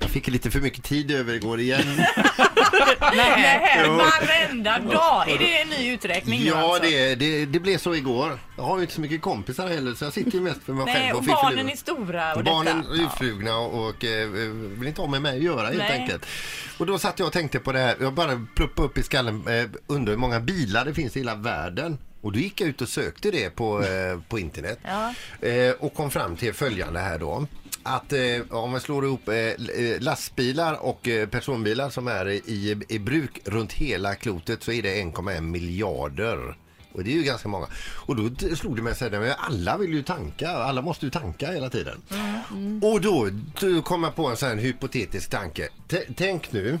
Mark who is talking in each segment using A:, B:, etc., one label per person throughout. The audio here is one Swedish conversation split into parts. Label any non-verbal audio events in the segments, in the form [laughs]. A: Jag fick lite för mycket tid över igår
B: [laughs]
A: igen.
B: Nej,
A: Jo.
B: varenda dag! Är det en ny uträkning nu
A: ja,
B: alltså?
A: det, det, det blev så igår. Jag har ju inte så mycket kompisar heller så jag sitter ju mest för mig
B: Nej,
A: själv
B: och
A: fifflar
B: barnen
A: lur.
B: är stora och
A: Barnen
B: detta.
A: är utflugna och, och eh, vill inte ha med mig att göra helt
B: Nej.
A: enkelt. Och då satt jag och tänkte på det här. Jag bara pluppade upp i skallen. Eh, undrar hur många bilar det finns i hela världen. Och då gick jag ut och sökte det på, eh, på internet.
B: Ja.
A: Eh, och kom fram till följande här då. Att eh, om man slår ihop eh, l- eh, lastbilar och eh, personbilar som är i, i bruk runt hela klotet så är det 1,1 miljarder. Och det är ju ganska många. Och då t- slog det mig så här, men alla vill ju tanka, alla måste ju tanka hela
B: Mm.
A: tiden. Och då, då kom jag på en sån här hypotetisk tanke. T- tänk nu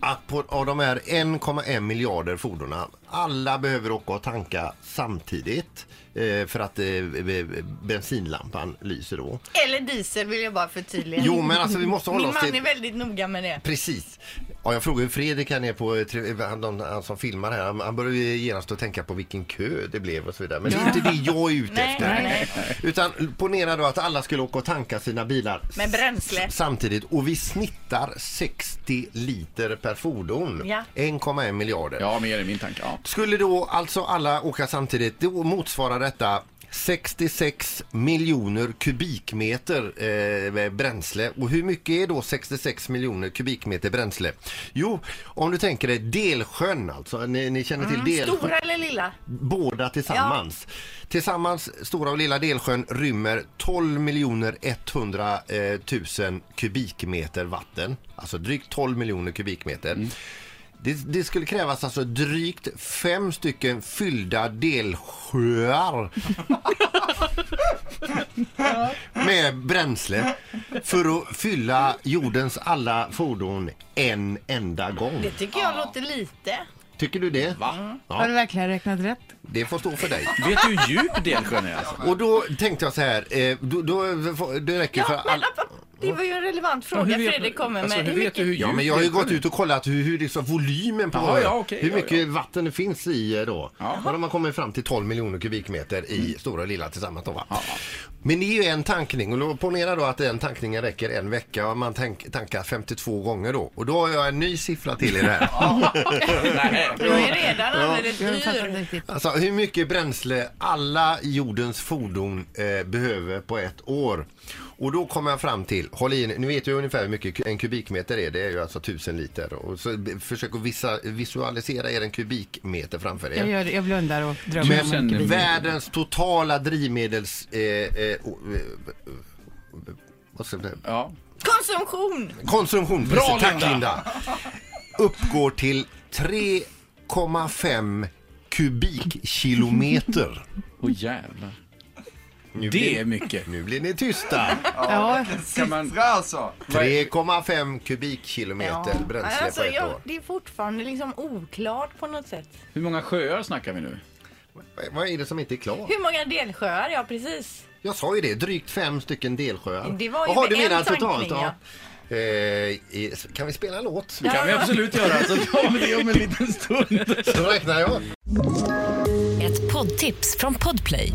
A: att på, av de här 1,1 miljarder fordonen, alla behöver åka och tanka samtidigt eh, för att eh, b- b- bensinlampan lyser då.
B: Eller diesel vill jag bara förtydliga.
A: Jo, men alltså vi måste
B: Min
A: hålla oss
B: man är
A: till...
B: väldigt noga med det.
A: Precis. Ja, jag frågade ju Fredrik här nere på, eh, tre- han, de- han som filmar här, han, han började ju genast att tänka på vilken kö det blev och så vidare. Men det är inte det jag är ute
B: Nej,
A: efter.
B: nej,
A: Utan ponera då att alla skulle åka och tanka sina bilar
B: Med bränsle.
A: s- samtidigt och vi snittar 60 liter per fordon.
B: Ja.
A: 1,1 miljarder.
C: Ja, mer i min tanke. Ja.
A: Skulle då alltså alla åka samtidigt, då motsvarar detta 66 miljoner kubikmeter eh, bränsle. Och hur mycket är då 66 miljoner kubikmeter bränsle? Jo, om du tänker dig Delsjön alltså, ni, ni känner till Delsjön.
B: Stora eller lilla?
A: Båda tillsammans. Tillsammans, Stora och Lilla Delsjön rymmer 12 miljoner 100 000 kubikmeter vatten. Alltså drygt 12 miljoner kubikmeter. Det, det skulle krävas alltså drygt fem stycken fyllda delsjöar med bränsle för att fylla jordens alla fordon en enda gång.
B: Det tycker jag låter lite.
A: Tycker du det?
C: Va?
D: Har du verkligen räknat rätt?
A: Det får stå för dig.
C: Vet du hur djup Delsjön är? Alltså?
A: Och då tänkte jag så här, eh, då, då, det räcker för
B: Ja, men
A: all...
B: app, app, det var ju en relevant fråga
C: hur vet-
B: Fredrik kommer med.
C: alltså, hur vet du hur djup
A: Ja men jag har ju
C: Delsjön
A: gått
C: är?
A: ut och kollat hur, hur liksom volymen på
C: Jaha,
A: vad-
C: ja, okej,
A: hur
C: ja,
A: mycket vatten det finns i eh, då.
C: Ja. Mm.
A: Och då har man kommit fram till 12 miljoner kubikmeter i stora och lilla tillsammans då va. Men det är ju en tankning och då- ponera då att den tankningen räcker en vecka och man tank, tankar 52 gånger då. Och då har jag en ny siffra till i det här.
C: Nej.
B: Du är redan alldeles
D: Jag fattar inte
B: dyr.
D: riktigt.
A: Alltså hur mycket bränsle alla jordens fordon eh, behöver på ett år. Och då kommer jag fram till, håll i, er, nu vet du ungefär hur mycket ku- en kubikmeter är, det är ju alltså tusen liter. Och så b- försök att visa, visualisera er en kubikmeter framför
D: Jag,
C: Mm.
A: er.
D: gör, jag blundar och drömmer om
C: Tusen
D: en kubik.
A: Världens totala drivmedels... Eh, eh, o- eh, vad ska jag säga?
C: Ja.
B: Konsumtion!
A: Konsumtion, precis, tack
C: Linda.
A: Linda! Uppgår till 3,5 kubikkilometer.
C: Åh jävlar.
A: Nu blir-
C: Det är [laughs] mycket.
A: Nu blir ni
B: [laughs]
A: tysta.
D: Ja,
C: Kan man...
E: alltså.
A: 3,5 kubikkilometer bränsle
B: Alltså,
A: på ett
B: jag,
A: år.
B: det är fortfarande liksom oklart på något sätt.
C: Hur många sjöar snackar vi nu?
A: Vad är det som inte är klart?
B: Hur många delsjöar? Ja, precis.
A: Jag sa ju det, drygt fem stycken delsjöar.
B: Det var ju
A: Jaha,
B: med
A: du
B: en
A: menar
B: tankning,
A: totalt? Ja. Eh, i- kan vi spela en låt?
C: kan vi absolut göra. alltså. Så tar vi det om en liten stund.
A: Så räknar jag.
F: Ett poddtips från Podplay.